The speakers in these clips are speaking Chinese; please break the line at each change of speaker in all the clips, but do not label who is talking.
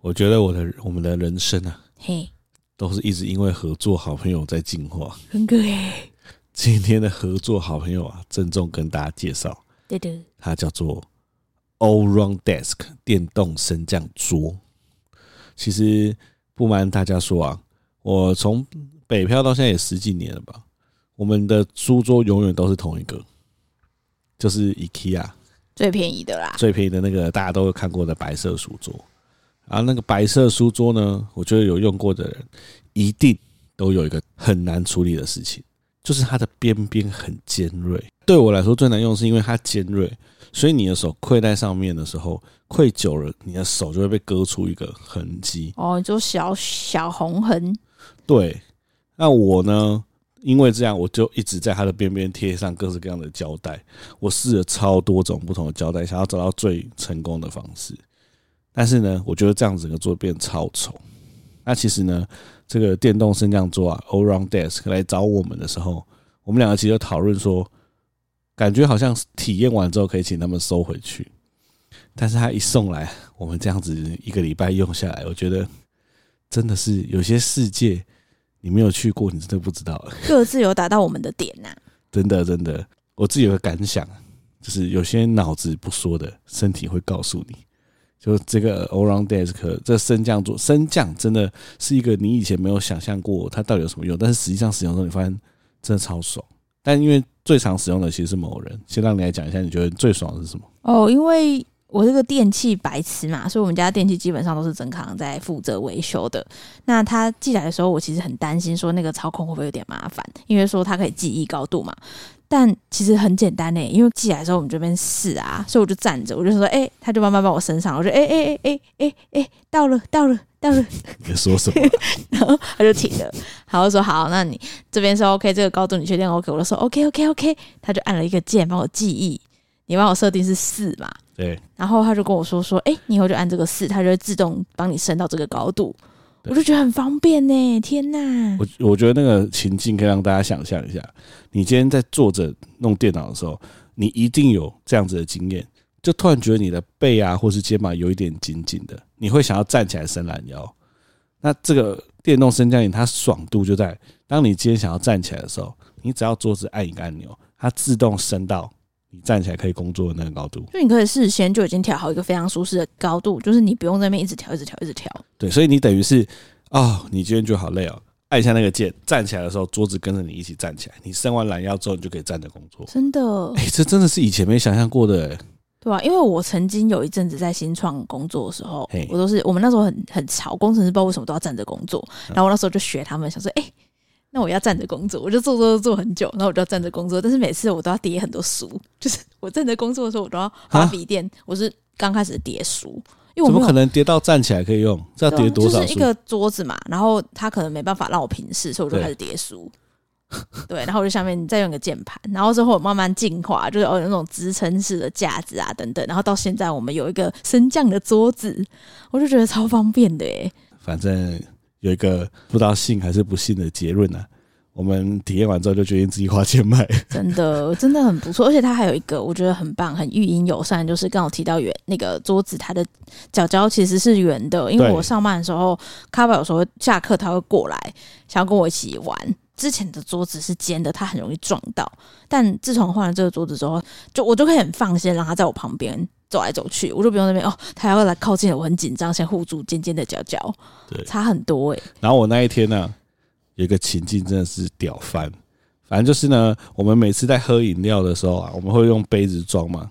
我觉得我的我们的人生啊，
嘿，
都是一直因为合作好朋友在进化。
很可爱。
今天的合作好朋友啊，郑重跟大家介绍，
对的，
它叫做 All Round Desk 电动升降桌。其实不瞒大家说啊，我从北漂到现在也十几年了吧，我们的书桌永远都是同一个，就是 IKEA。
最便宜的啦。
最便宜的那个大家都有看过的白色书桌。啊，那个白色书桌呢，我觉得有用过的人一定都有一个很难处理的事情，就是它的边边很尖锐。对我来说最难用，是因为它尖锐，所以你的手跪在上面的时候，跪久了，你的手就会被割出一个痕迹。
哦，你说小小红痕，
对，那我呢？因为这样，我就一直在它的边边贴上各式各样的胶带。我试了超多种不同的胶带，想要找到最成功的方式。但是呢，我觉得这样整个桌变超丑。那其实呢，这个电动升降桌啊，All Round Desk 来找我们的时候，我们两个其实就讨论说，感觉好像体验完之后可以请他们收回去。但是他一送来，我们这样子一个礼拜用下来，我觉得真的是有些世界你没有去过，你真的不知道。
各自有打到我们的点呐、
真的真的，我自己有个感想，就是有些脑子不说的，身体会告诉你。就这个 all round desk 这升降桌，升降真的是一个你以前没有想象过它到底有什么用，但是实际上使用的时候，你发现真的超爽。但因为最常使用的其实是某人，先让你来讲一下，你觉得最爽的是什么？
哦，因为我这个电器白痴嘛，所以我们家电器基本上都是曾康在负责维修的。那他寄来的时候，我其实很担心说那个操控会不会有点麻烦，因为说它可以记忆高度嘛。但其实很简单呢、欸因为寄来的时候我们这边试啊，所以我就站着，我就说，哎、他就慢慢帮我升上，我就哎哎哎哎哎哎，到了到了到了，
你在说什么？
然后 他就停了，然后说好，那你这边是 OK，这个高度你确定 OK？我就说 OK OK OK，他就按了一个键帮我记忆，你帮我设定是四嘛，
对，
然后他就跟我说说，哎、你以后就按这个四，它就会自动帮你升到这个高度，
对
我就觉得很方便呢，天哪！
我我觉得那个情境可以让大家想象一下，你今天在坐着弄电脑的时候，你一定有这样子的经验，就突然觉得你的背啊或是肩膀有一点紧紧的，你会想要站起来伸懒腰。那这个电动升降椅它爽度就在，当你今天想要站起来的时候，你只要桌子按一个按钮，它自动升到你站起来可以工作的那个高度。
就你可以事先就已经调好一个非常舒适的高度，就是你不用在那边一直调、一直调、一直调。
对，所以你等于是哦，你今天就好累哦，按一下那个键，站起来的时候桌子跟着你一起站起来，你伸完懒腰之后，你就可以站着工作。
真的，
哎、这真的是以前没想象过的、欸。
对啊，因为我曾经有一阵子在新创工作的时候
嘿，
我都是我们那时候很很吵，工程师不知道为什么都要站着工作，
嗯
然后我那时候就学他们，想说，哎、那我要站着工作，我就做做做很久，然后我就要站着工作，但是每次我都要叠很多书， 就是我站着工作的时候，我都要
啊
把笔电，我是刚开始叠书，因为我
怎么
没有
可能叠到站起来可以用？这要
对啊
叠多少
就是一
书？
个桌子嘛，然后他可能没办法让我平视，所以我就
对
开始叠书。 对，然后我就下面再用一个键盘，然后之后我慢慢进化，就是哦有那种支撑式的架子啊等等，然后到现在我们有一个升降的桌子，我就觉得超方便的耶。
反正有一个不知道信还是不信的结论啊。我们体验完之后就决定自己花钱买。
真的真的很不错，而且它还有一个我觉得很棒、很育婴友善，就是刚好提到圆那个桌子，它的脚脚其实是圆的，因为
对
我上班的时候，卡巴有时候下课他会过来，想要跟我一起玩。之前的桌子是尖的，它很容易撞到，但自从换了这个桌子之后，就我就可以很放心让它在我旁边。走来走去，我就不用那边哦，他要来靠近我，很紧张，先护住尖尖的脚脚
对，
差很多哎、
然后我那一天呢、有一个情境真的是屌翻。反正就是呢，我们每次在喝饮料的时候啊，我们会用杯子装嘛。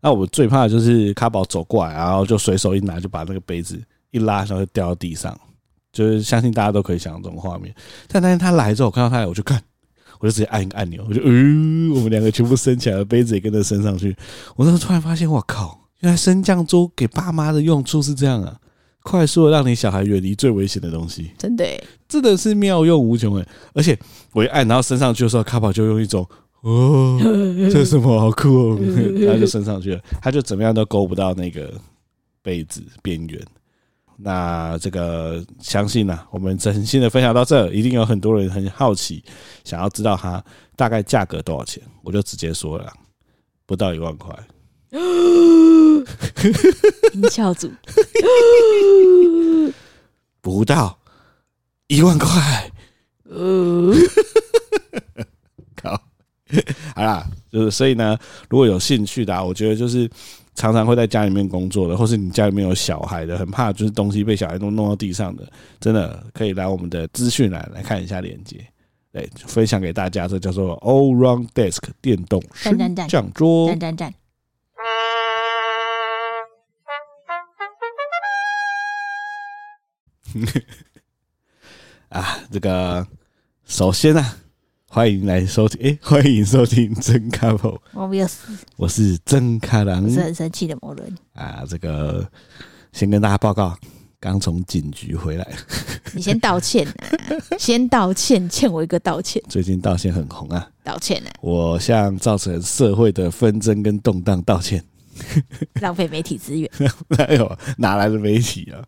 那我最怕的就是卡宝走过来，然后就随手一拿就把那个杯子一拉，然后就掉到地上。就是相信大家都可以想象这种画面。但那天他来之后，我看到他来，我就看，我就直接按一个按钮，我就嗯、我们两个全部升起来了，杯子也跟着升上去。我那时候突然发现，我靠，原来升降桌给爸妈的用处是这样啊，快速的让你小孩远离最危险的东西。
真 的、欸，
真的是妙用无穷哎！而且我一按，然后升上去的时候，卡宝就用一种哦，这是什么好酷哦，然后就升上去了，他就怎么样都勾不到那个被子边缘。那这个相信呢、我们真心的分享到这，一定有很多人很好奇，想要知道它大概价格多少钱，我就直接说了啦，不到一万块。
音效组。
不到一万块。
呃，
好， 好啦，就是所以呢，如果有兴趣的、啊，我觉得就是常常会在家里面工作的，或是你家里面有小孩的，很怕就是东西被小孩弄弄到地上的，真的可以来我们的资讯栏来看一下链接。对，分享给大家，这叫做 All Round Desk 电动升
赞赞
降桌
赞。赞赞。
啊，这个首先呢、啊，欢迎来收听，诶、欢迎收听真 couple，
我没有死，
我是真卡郎
我是很生气的魔人。
啊，这个先跟大家报告，刚从警局回来，
你先 道歉啊，先道歉，欠我一个道歉，
最近道歉很红啊，
道歉啊，
我向造成社会的纷争跟动荡道歉，
浪费媒体资源。
哎呦，哪来的媒体啊？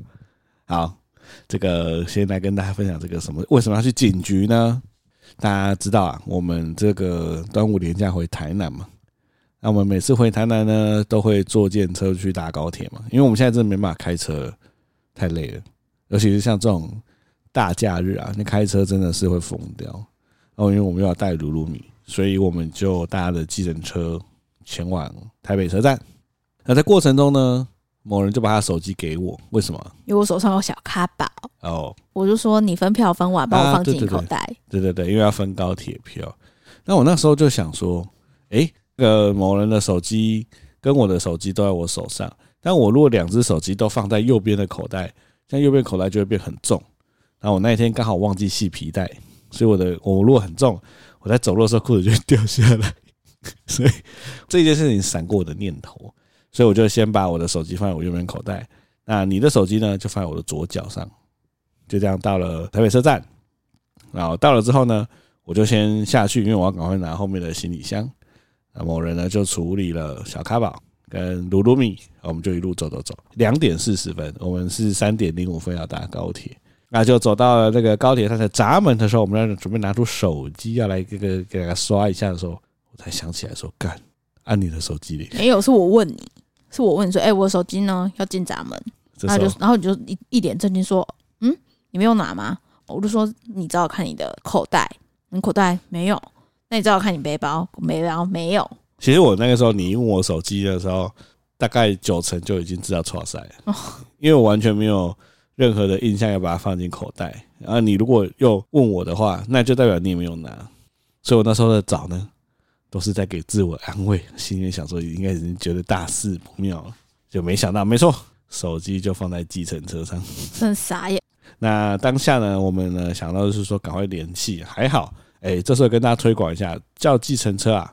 好，这个先来跟大家分享这个什么，为什么要去警局呢？大家知道啊，我们这个端午连假回台南嘛，那我们每次回台南呢，都会坐电车去搭高铁嘛，因为我们现在真的没办法开车了，太累了，尤其是像这种大假日啊，那开车真的是会疯掉。哦，因为我们又要带鲁鲁米，所以我们就搭了计程车前往台北车站。那在过程中呢，某人就把他手机给我，为什么？
因为我手上有小咖宝，
哦，
我就说你分票分完，帮我
啊
放进
对对
口
对
袋。
对对对，因为要分高铁票。那我那时候就想说，诶，呃，某人的手机跟我的手机都在我手上，但我如果两只手机都放在右边的口袋，像右边口袋就会变很重。然后我那一天刚好忘记系皮带，所以我的我如果很重，我在走路的时候裤子就会掉下来， 所以这件事情闪过我的念头，所以我就先把我的手机放在我右边口袋，那你的手机呢就放在我的左脚上，就这样到了台北车站，然后到了之后呢，我就先下去，因为我要赶快拿后面的行李箱。那某人呢就处理了小咖宝跟鲁鲁米，我们就一路走走走，两点四十分，我们是三点零五分要搭高铁。那就走到了这个高铁它的闸门的时候，我们要准备拿出手机要来这个给它刷一下的时候，我才想起来说干，按你的手机里。
没有，是我问你，是我问你说，哎、我的手机呢？要进闸门，
这
然
时
后啊就
候
然后你就一一脸震惊说，嗯，你没有拿吗？我就说你找我看你的口袋，你口袋没有，那你找我看你背包，没包没有，
其实我那个时候你问我手机的时候，大概九成就已经知道错赛了，
哦
因为我完全没有任何的印象要把它放进口袋。然后你如果又问我的话，那就代表你也没有拿。所以我那时候的找呢，都是在给自我安慰，心里想说应该已经觉得大事不妙了，就没想到，没错，手机就放在计程车上。
真的傻眼。
那当下呢，我们呢想到就是说赶快联系，还好，哎、这时候跟大家推广一下，叫计程车啊，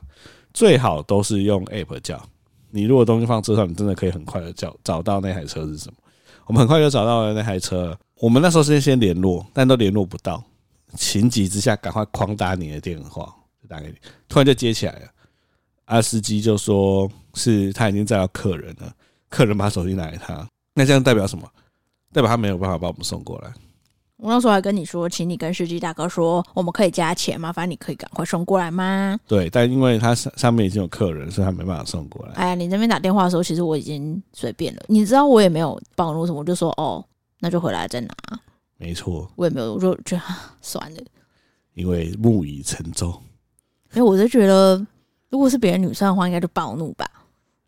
最好都是用 app 叫。你如果东西放车上，你真的可以很快的叫找到那台车是什么。我们很快就找到了那台车了，我们那时候是先联络，但都联络不到，情急之下赶快狂打你的电话，就打给你，突然就接起来了。啊，司机就说是他已经载到客人了，客人把手机拿给他，那这样代表什么？代表他没有办法把我们送过来。
我那时候还跟你说，请你跟司机大哥说，我们可以加钱，麻烦你可以赶快送过来吗？
对，但因为他上上面已经有客人，所以他没办法送过来。
哎呀，你那边打电话的时候，其实我已经随便了，你知道我也没有帮我什么，我就说哦，那就回来再拿，
没错，
我也没有，我就觉得啊算了。
因为木已成舟。
因为我是觉得，如果是别人女生的话，应该就暴怒吧。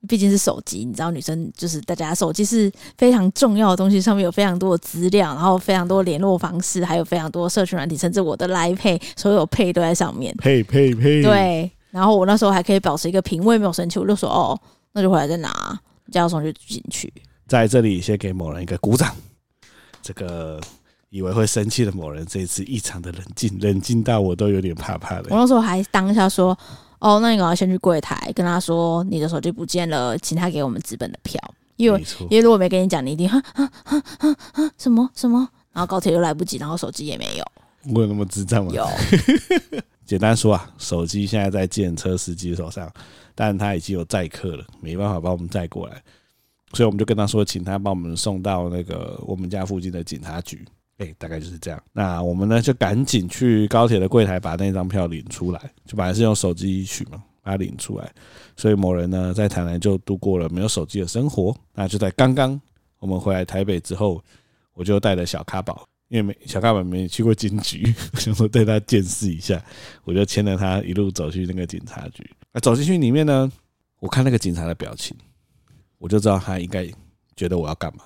毕竟是手机，你知道，女生就是大家手机是非常重要的东西，上面有非常多的资料，然后非常多联络方式，还有非常多社群软体，甚至我的 Line Pay 所有 Pay 都在上面。
呸呸呸！，
对，然后我那时候还可以保持一个平位，没有生气，我就说哦，那就回来再拿，加送就进去。
在这里先给某人一个鼓掌。这个以为会生气的某人，这一次异常的冷静，冷静到我都有点怕怕
我
的。
那时候还当下说，哦，那你赶快先去柜台跟他说你的手机不见了，请他给我们纸本的票，因为
没错，
因为如果没跟你讲，你一定啊哈哈哈哈哈啊什么什么，然后高铁又来不及，然后手机也没有。
我有那么智障吗？
有
简单说啊，手机现在在建车司机手上，但他已经有载客了，没办法把我们载过来，所以我们就跟他说，请他帮我们送到那个我们家附近的警察局。哎、大概就是这样。那我们呢就赶紧去高铁的柜台把那张票领出来，就本来是用手机取嘛，把它领出来。所以某人呢在台南就度过了没有手机的生活。那就在刚刚我们回来台北之后，我就带了小咖宝因为没小咖们没去过警局， 我想说对他见识一下，我就牵着他一路走去那个警察局。啊，走进去里面呢，我看那个警察的表情，我就知道他应该觉得我要干嘛。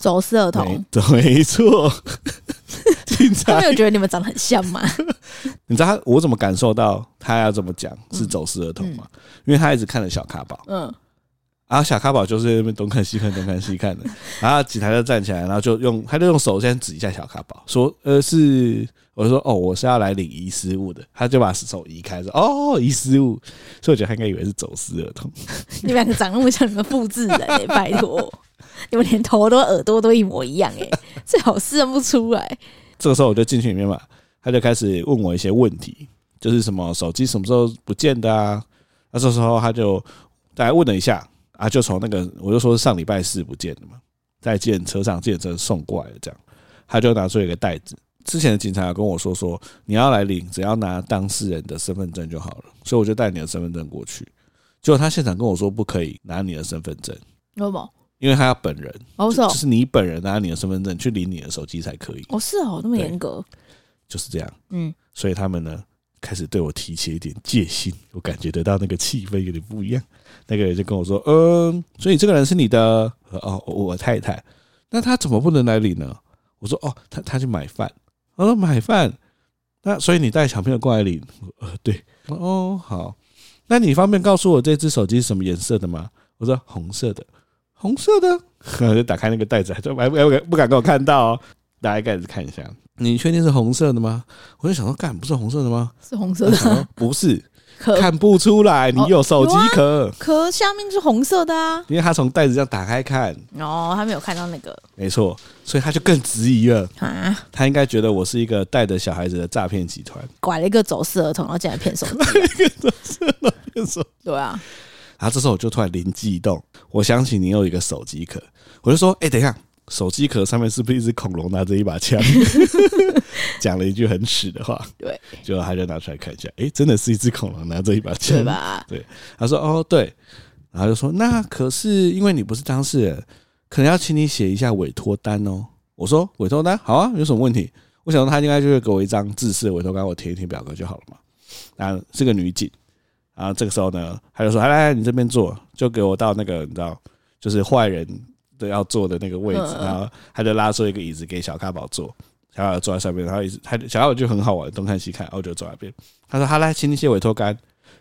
走私儿
没
童，，
没 错，警
他
察
们有觉得你们长得很像 吗？
你知道他我怎么感受到他要这么讲是走私儿童吗？因为他一直看着小咖宝，
嗯，
然后啊小咖宝就是在那边东看西看东看西看的，然后警察就站起来，然后就用他就用手先指一下小咖宝，说呃是，我就说哦我是要来领遗失物的，他就把手移开说哦遗失物，所以我觉得他应该以为是走私儿童，
你们两个长那么像，你们复制人 哎、拜托，你们连头都耳朵都一模一样哎、最好是认不出来。
这个时候我就进去里面嘛，他就开始问我一些问题，就是什么手机什么时候不见的啊？那这时候他就大概问了一下啊，就从那个我就说是上礼拜四不见的嘛，在建车上建车送过来的这样，他就拿出一个袋子。之前的警察有跟我说说你要来领，只要拿当事人的身份证就好了，所以我就带你的身份证过去。结果他现场跟我说不可以拿你的身份证，
有吗？
因为他要本人，
哦是
就
哦
是你本人拿你的身份证去领你的手机才可以，
哦是哦，那么严格，
就是这样。
嗯，
所以他们呢开始对我提起一点戒心，我感觉得到那个气氛有点不一样。那个人就跟我说：“嗯，所以这个人是你的呃哦，我我太太，那他怎么不能来领呢？”我说：“哦，他他去买饭。”他说：“买饭，那所以你带小朋友过来领？”我呃，对，哦，好，那你方便告诉我这只手机是什么颜色的吗？我说：“红色的，红色的。” 我就打开那个袋子，还还不敢不敢给我看到哦，打开盖子看一下，你确定是红色的吗？我就想说，干不是红色的 吗？
是红色
我想
的
说不是，
壳
看不出来，
哦
你有手机
啊
壳，
壳下面是红色的啊。
因为他从袋子这样打开看，
哦，他没有看到那个
没错，所以他就更质疑了，
啊，
他应该觉得我是一个带着小孩子的诈骗集团。
拐了一个走私儿童，然后进来骗手机。 对啊，
然后这时候我就突然灵机一动，我想起你有一个手机壳，我就说，哎、等一下。手机壳上面是不是一只恐龙拿着一把枪？ 讲了一句很屎的话，
对
结果他就拿出来看一下，哎、真的是一只恐龙拿着一把枪
对，吧？
他说：“哦，对。”然后就说：“那可是因为你不是当事人，可能要请你写一下委托单哦。”我说：“委托单好啊，有什么问题？”我想他应该就会给我一张自式的委托单，我填一填表格就好了嘛。啊，是个女警。然后这个时候呢，他就说：“来来，来你这边坐，就给我到那个你知道，就是坏人都要坐的那个位置。
嗯嗯
然后他就拉出一个椅子给小咖宝坐，小咖宝坐在上面，然后一直他小咖宝就很好玩，东看西看，然后我就坐在那边。他说：‘好来，请你写委托单，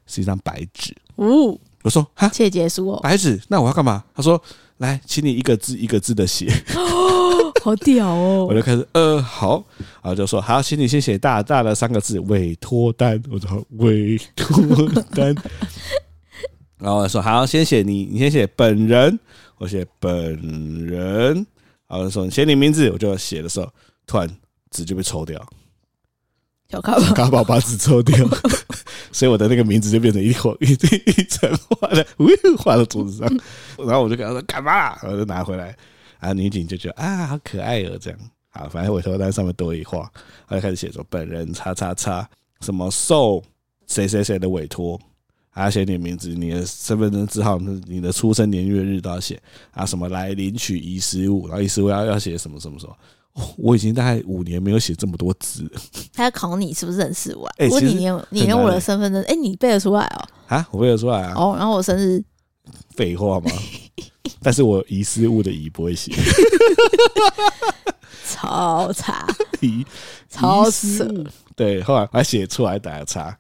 是一张白纸。’
呜、
我说哈，
切结束哦，
白纸，那我要干嘛？他说来，请你一个字一个字的写。
好屌哦
我！就开始呃好，然后就说好，请你先写大大的三个字委托单。我说好委托单， 然后我说好，先写你，你先写本人，我写本人，然后就说你写你名字，我就写的时候，突然纸就被抽掉，
小 咖吧，
刚好把纸抽掉。所以我的那个名字就变成一坨 一一层画在，呜画到桌子上。然后我就跟他说干嘛啦？然后就拿回来，啊，女警就觉得啊，好可爱哦，这样。好，反正委托单上面多一画，他就开始写说本人叉叉叉什么受谁谁谁的委托，啊，写你的名字、你的身份证字号、你的出生年月日都要写啊，什么来领取遗失物，然后遗失物要要写什么什么什么。哦，我已经大概五年没有写这么多字了
他要考你是不是认识我啊？
哎
问
其
你
实
你有你
很
用
难
我
欸
的身份证，哎、你背得出来哦？
啊，我背得出来啊。
哦，然后我生日
废话嘛。 但是我遗失物的遗不会写，
超差，
遗
超
遗失
扯
物对，后来还写出来打个叉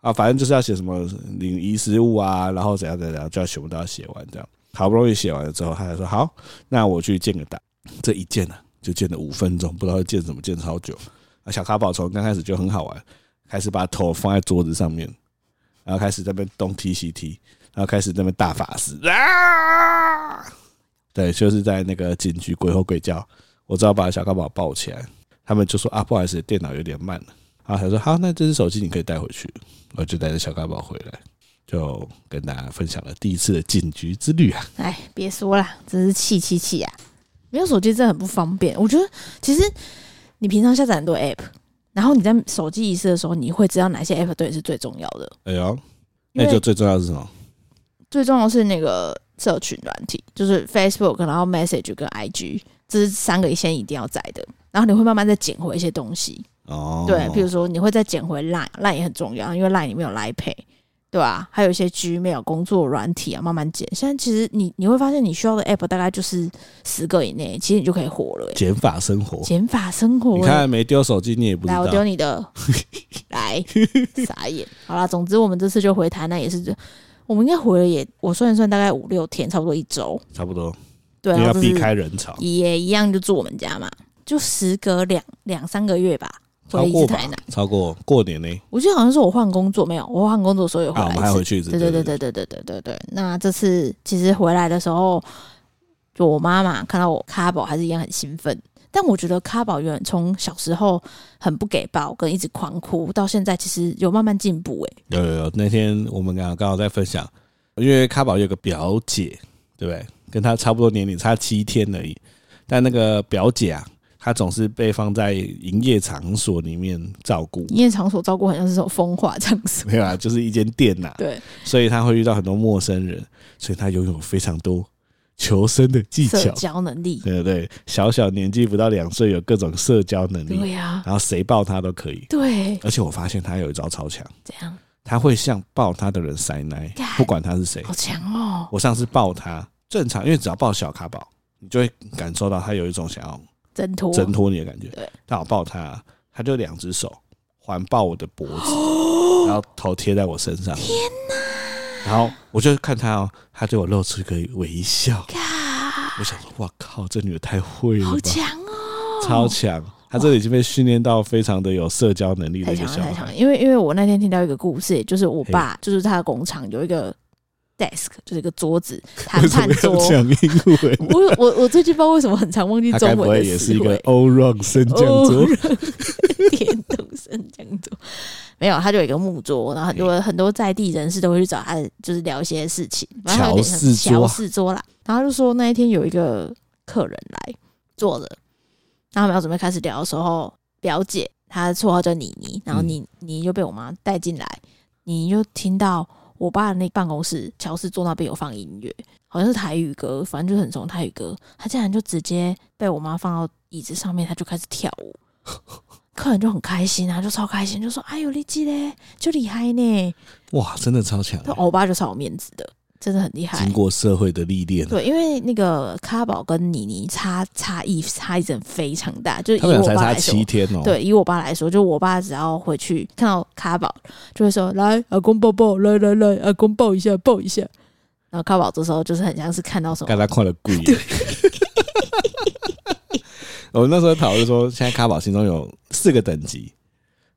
啊，反正就是要写什么领遗失物啊，然后怎样怎样怎样，就要全部都要写完这样。好不容易写完了之后，他才说好，那我去建个档。这一建呢、啊，就建了五分钟，不知道建什么，建超久。啊，小卡宝从刚开始就很好玩，开始把头放在桌子上面，然后开始在那边东踢西踢，然后开始在那边大法师啊，对，就是在那个警局鬼吼鬼叫，我只好把小卡宝抱起来，他们就说啊，不好意思，电脑有点慢了。啊，他说好，那这只手机你可以带回去，我就带着小卡宝回来，就跟大家分享了第一次的警局之旅啊。
哎，别说啦，真是气气气啊！没有手机真的很不方便。我觉得其实你平常下载很多 app，然后你在手机遗失的时候，你会知道哪些 app 对你是最重要的。
哎呦，那
因为
就最重要的是什么？
最重要的是那个社群软体，就是 Facebook，然后 Message 跟 IG 这是三个先一定要在的。然后你会慢慢再捡回一些东西，
哦，
对，比如说你会再捡回 Line，Line 也很重要，因为 Line 里面有 Line Pay，对吧、还有一些 Gmail 工作软体啊，慢慢捡。现在其实你你会发现，你需要的 App 大概就是十个以内，其实你就可以活了、欸。
减法生活，
减法生活、
你
欸，
看没丢手机你也不知
来，
道
我，丢你的，来，傻眼。好啦，总之我们这次就回台南，也是这，我们应该回了也，我算一算大概五六天，差不多一周。
差不多，
对、啊，
因为要
就是
避开人潮，
也一样就住我们家嘛，就时隔两两三个月吧，
超
回一次
过
台
吧
南。，
超过过年呢，
我记得好像是我换工作，没有，我换工作的时候也回
啊，我
来
们还
一
回
次。
去一次，
对对对对对对对对对。那这次其实回来的时候，就我妈妈看到我卡宝还是一样很兴奋。但我觉得卡宝原从小时候很不给抱，跟一直狂哭，到现在其实有慢慢进步、欸。
有有有，那天我们刚好刚好在分享，因为卡宝有个表姐，对不对？跟她差不多年龄，差七天而已。但那个表姐啊，她总是被放在营业场所里面照顾，
营业场所照顾好像是这种风化场 所，
没有啊，就是一间店呐、
对，
所以她会遇到很多陌生人，所以她拥有非常多求生的技
社
巧，
交能力，
对不对？小小年纪不到两岁，有各种社交能力，
对呀、
然后谁抱她都可以。
对，
而且我发现她有一招超强，
这样
她会向抱她的人塞奶
干，
不管她是谁。
好强哦、
我上次抱它，正常，因为只要抱小卡宝，你就会感受到它有一种想要
挣脱，
挣脱你的感觉。
对，
但我抱它，它就两只手环抱我的脖子， 然后头贴在我身上。天哪！然后我就看它哦，它对我露出一个微笑。
嘎
我想说，哇靠，这女的太会了
好
吧，
强哦、
超强！她这里已经被训练到非常的有社交能力的
太
一个
强
小
了，太强了！
孩。
因为因为我那天听到一个故事，就是我爸，就是他的工厂有一个 desk，就是一个桌子，谈
为什
判
么要
桌。
讲英 文？
我有我我最近不知道为什么很常忘记
他该
中
不
文
会
的
也
词
是一个
汇。哦
欧 r 升降桌？
电动升降桌没有，他就有一个木桌，然后很多很多在地人士都会去找他，就是聊一些事情。反正他有点像
乔氏桌
乔氏桌啦，然后他就说那一天有一个客人来坐着，然后我们要准备开始聊的时候，表姐她的绰号叫妮妮，然后妮妮就被我妈带进来，妮妮就听到我爸的那办公室乔氏桌那边有放音乐，好像是台语歌，反正就是很重的台语歌，她竟然就直接被我妈放到椅子上面，她就开始跳 舞。客人就很开心啊，就超开心，就说：“哎呦，你记嘞，就厉害呢！”
哇，真的超 强！
但我爸就超有面子的，真的很厉害
经。过社会的历练，
对，因为那个卡宝跟妮妮差差异差异真的非常大，就是
他
以
们
我
俩才
爸
差
来说
七，天哦、，
对，以我爸来说，就我爸只要回去看到卡宝，就会说：“来，阿公抱抱，来来来，阿公抱一下，抱一下。”然后卡宝这时候就是很像是看到什么
刚才看了贵。我们那时候讨论说，现在卡宝心中有四个等级，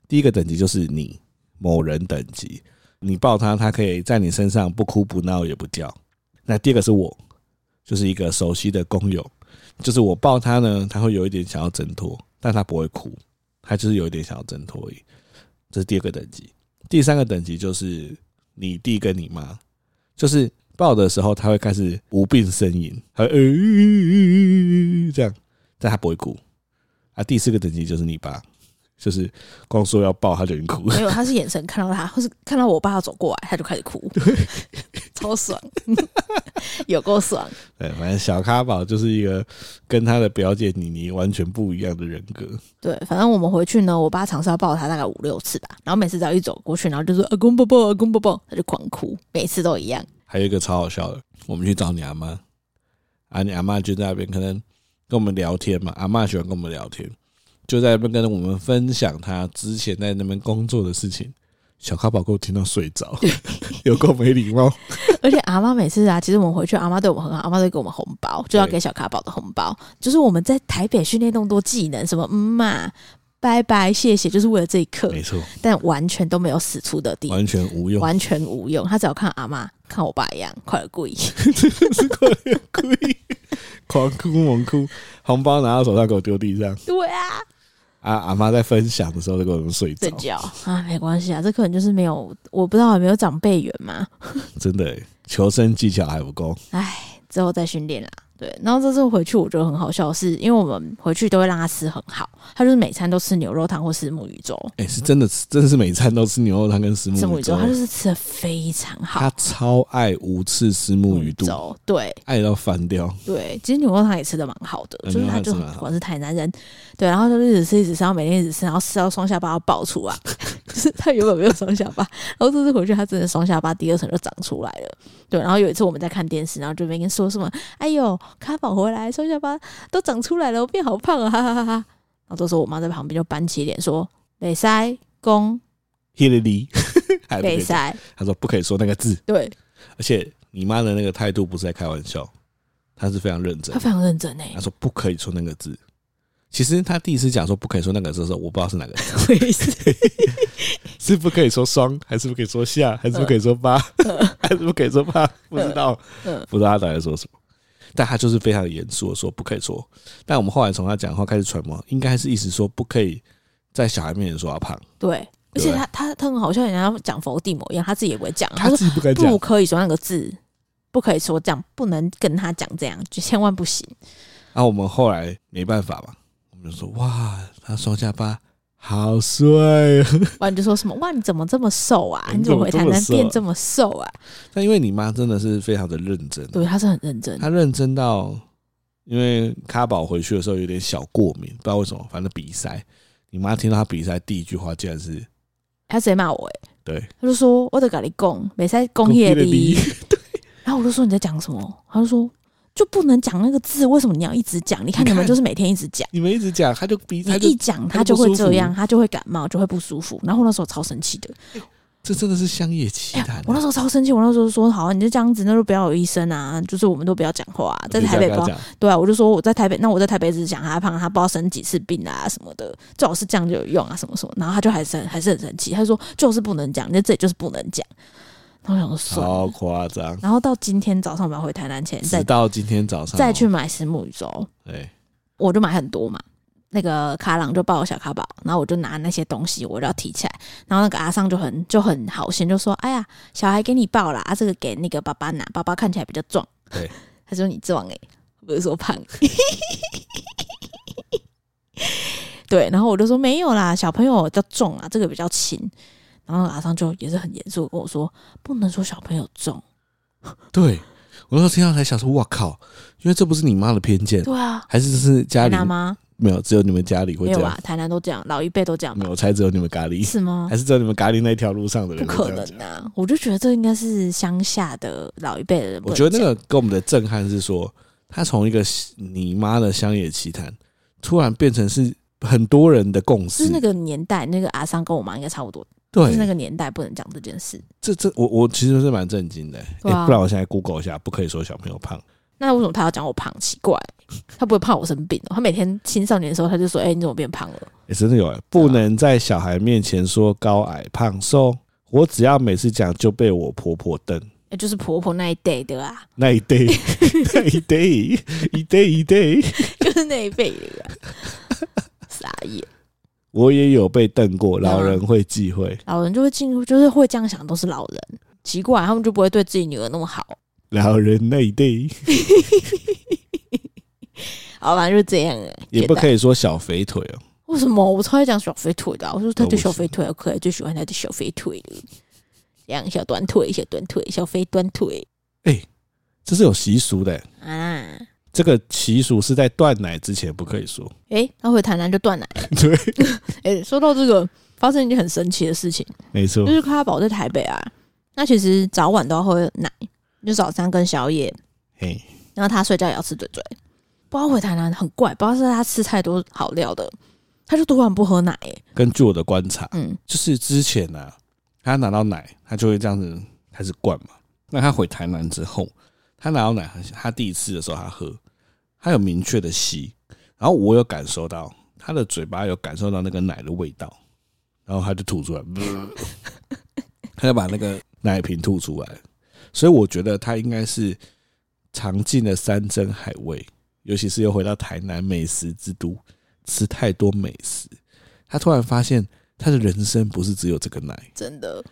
第一个等级就是你某人等级，你抱他，他可以在你身上不哭不闹也不叫。那第二个是我，就是一个熟悉的工友，就是我抱他呢，他会有一点想要挣脱，但他不会哭，他就是有一点想要挣脱而已。这是第二个等级，第三个等级就是你弟跟你妈，就是抱的时候，他会开始无病呻吟，还呃这样，但他不会哭。啊，第四个等级就是你爸，就是光说要抱他就已经哭了。
没有，他是眼神看到他，或是看到我爸走过来，他就开始哭， 超爽， 有够爽。
对，反正小咖宝就是一个跟他的表姐妮妮完全不一样的人格。
对，反正我们回去呢，我爸尝试要抱他大概五六次吧，然后每次只要一走过去，然后就说“阿公抱抱，阿公抱抱”，他就狂哭，每次都一样。
还有一个超好笑的，我们去找你阿妈，啊，你阿妈就在那边可能跟我们聊天嘛，阿妈喜欢跟我们聊天，就在那边跟我们分享她之前在那边工作的事情。小咖宝给我听到睡着， 有够没礼貌。
而且阿妈每次啊，其实我们回去，阿妈对我们很好，阿妈都会给我们红包，就要
对
给小卡宝的红包，就是我们在台北训练那么多技能，什么嗯嘛、拜拜、谢谢，就是为了这一刻，
没错，
但完全都没有使出的地方。
完全无用，
完全无用，他只要看阿妈、看我爸一样，快乐故意。
是快点哭，狂哭猛哭，红包拿到手上给我丢地上。
对啊，
啊，阿妈在分享的时候就给我们睡着
睡，觉啊，没关系啊，这可能就是没有，我不知道有没有长辈缘嘛，
真的欸、求生技巧还不够。
之后再训练啦。对，然后这次回去我觉得很好笑的是，因为我们回去都会让他吃很好，他就是每餐都吃牛肉汤或是木鱼粥，
哎、是真的吃，真的是每餐都吃牛肉汤跟石
吃木
木
鱼
鱼
粥
粥
他。就是吃的非常好
他。超爱无刺石木鱼肚，
粥，对
爱到翻掉。
对，其实牛肉汤也吃的蛮好的，
嗯
就是他
牛肉汤也吃
就
得蛮好
很管是台南人，对，然后就一直吃一直吃，然后每天一直吃，然后吃到双下巴要爆出来， 就是他原本没有双下巴，然后这次回去他真的双下巴第二层就长出来了，对，然后有一次我们在看电视，然后就在那边说什么，哎呦，卡宝回来，双下巴都长出来了，我变好胖了，哈哈哈哈，然后这时候我妈在旁边就板起脸说，北塞公
h i l y 还哎不可
北
以讲
塞，
他说不可以说那个字，
对
而且你妈的那个态度不是在开玩笑，她是非常认真
他。非常认真
她
哎，
说不可以说那个字。其实她第一次讲说不可以说那个字的时候，我不知道是哪个字，
我也是，
是不可以说双，还是不可以说下，还是不可以说 八，还是不可以说八，不知道，
嗯
不知道她到底在说什么。但她就是非常严肃的说不可以说。但我们后来从她讲话开始揣摩，应该是意思说不可以在小孩面前说她胖，
对。而且他他他很好笑，人家讲伏地魔一样，他自己也不会讲。他
她
说
自己不敢讲
不。可以说那个字，不可以说这样，不能跟他讲这样，就千万不行。
然啊后我们后来没办法嘛，我们就说哇，他双下巴好帅 哦。
不然就说什么哇，你怎么这么瘦啊？你
你
怎
怎
么
么
回台
这么
南
瘦啊
变这么瘦啊？
但因为你妈真的是非常的认真，
对，他是很认真。
她认真到，因为卡宝回去的时候有点小过敏，不知道为什么，反正鼻塞。你妈听到她鼻塞第一句话竟然是
他直接骂我、欸，
对
他就说我得跟你讲，没在工业里。然后我就说你在讲什么？他就说就不能讲那个字，为什么你要一直讲？你看
你
你
看
们就是每天一直讲。
你们一直讲，她就鼻
你
塞就
哎一讲
他
他就
就不
会
舒服
这样，他就会感冒，就会不舒服。然后我那时候超生气的，
这真的是乡野奇啊
哎
谈、
我那时候超生气，我那时候说好啊，你就这样子，那就不要有医生啊，就是我们都不要讲话、啊，在台北不要
讲，
对啊，我就说我在台北，那我在台北只是想他胖，他不知道生几次病啊什么的，最好是这样就有用啊什么什么。然后他就还是很还是很生气，他就说就是不能讲，你在这里就是不能讲。然后我想说算了
超夸张。
然后到今天早上我们要回台南前
直
再
到今天早上，哦哎
再去买石木鱼粥，
对，
我就买很多嘛。那个卡朗就抱我小卡宝，然后我就拿那些东西，我就要提起来。然后那个阿尚就很就很好心，就说：“哎呀，小孩给你抱啦，啊，这个给那个爸爸拿，爸爸看起来比较壮。”
对，
他说：“你壮哎、不是说胖。” 对，然后我就说：“没有啦，小朋友叫重啊，这个比较轻。”然后阿尚就也是很严肃地跟我说：“不能说小朋友重。
对我那时候听到才想说，哇靠，因为这不是你妈的偏”见，
对啊，
还是这是家
台
里
南吗？
没有，只有你们家里会
没
这
有啊
样
吧。？台南都这样，老一辈都这样
没
吧
有，？哎我猜只有你们咖 喱，
是吗？
还是只有你们咖喱那一条路上的
不
人会
可
这
能
样讲。
啊！我就觉得这应该是乡下的老一辈的人不
我
能
觉得
讲。
那个给我们的震撼是说，他从一个你妈的乡野奇谈，突然变成是很多人的共
就
识。
是那个年代，那个阿桑跟我妈应该差不多，就
对，
是那个年代不能讲这件事。
这这我我其实是蛮震惊的、欸
对啊
欸不然我现在 Google 一下，不可以说小朋友胖。
那为什么他要讲我胖？奇怪，他不会怕我生病哦、他每天青少年的时候，他就说：“哎、你怎么变胖了
也、真的有、欸，不
啊
能在小孩面前说高矮胖瘦。我只要每次讲就被我婆婆瞪。？”
哎、就是婆婆那一代的啊，
那一 day，那 一 day，一 day 一 day，
就是那一辈的啊。傻眼，
我也有被瞪过，
对啊
老人会忌讳。
老人就会进入，就是会这样想，都是老人。奇怪，他们就不会对自己女儿那么好。
老人那一对
好，反正就是这样哎、
也不可以说小肥腿哦、
为什么我超爱讲小肥腿的啊、我说他
那
对
为
小
什
肥腿 OK，最喜欢他的小肥腿了。这样小短腿、小短腿、小肥短腿
这是有习俗的欸、
啊！
这个习俗是在断奶之前不可以说。
诶、那回台南就断奶。
对，
诶、说到这个，发生一件很神奇的事情，
没错
就，是咖宝在台北啊，那其实早晚都要喝奶，就早餐跟宵夜，
嘿，
然后他睡觉也要吃嘴嘴。不知道回台南很怪，不知道是他吃太多好料的，他就突然不喝奶、欸。
根据我的观察，
嗯，
就是之前呢、啊，他拿到奶，他就会这样子开始灌嘛。那他回台南之后，他拿到奶，他第一次的时候他喝，他有明确的吸，然后我有感受到他的嘴巴有感受到那个奶的味道，然后他就吐出来，他就把那个奶瓶吐出来。所以我觉得他应该是尝尽了山珍海味，尤其是又回到台南美食之都，吃太多美食，他突然发现他的人生不是只有这个奶。
真的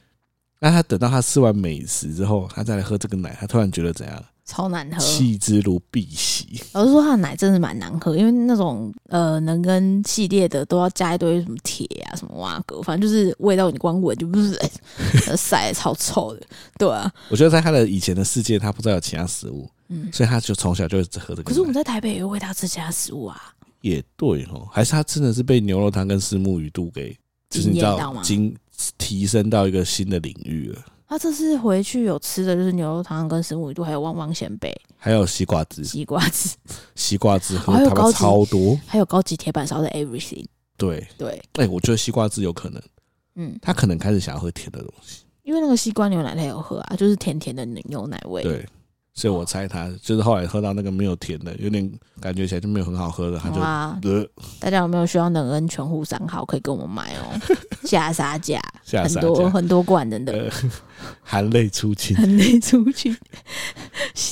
那他等到他吃完美食之后，他再来喝这个奶，他突然觉得怎样？
超难喝。
弃之如敝屣。
老实说，它的奶真的蛮难喝，因为那种呃能跟系列的都要加一堆什么铁啊、什么蛙哥，反正就是味道你光闻就不是， 塞超臭的，对啊。
我觉得在他的以前的世界，他不知道有其他食物，
嗯
所以他就从小就一直喝这个奶。
可是我们在台北也有喂它吃其他食物啊，
也对哦，还是他真的是被牛肉汤跟虱目鱼肚给，就是你知
惊艳到
道
吗
经提升到一个新的领域了。
他这次回去有吃的就是牛肉汤跟生五鱼肚，还有旺旺鲜贝、
还有西瓜汁，
西瓜汁，
西瓜汁喝
哦还有
他
高
们
级
超多。
还有高级铁板烧的 everything。
对，
对，
哎、我觉得西瓜汁有可能，
嗯，
他可能开始想要喝甜的东西。
因为那个西瓜牛奶他有喝啊，就是甜甜的牛奶味。
对，所
哦
以我猜他就是后来喝到那个没有甜的，有点感觉起来就没有很好喝的，他
好
就
啊，
呃
大家有没有需要能恩全户三号可以跟我们买哦，下杀价，
下
很
山
多
家
很多罐真的
呃含泪出清。
很累出去。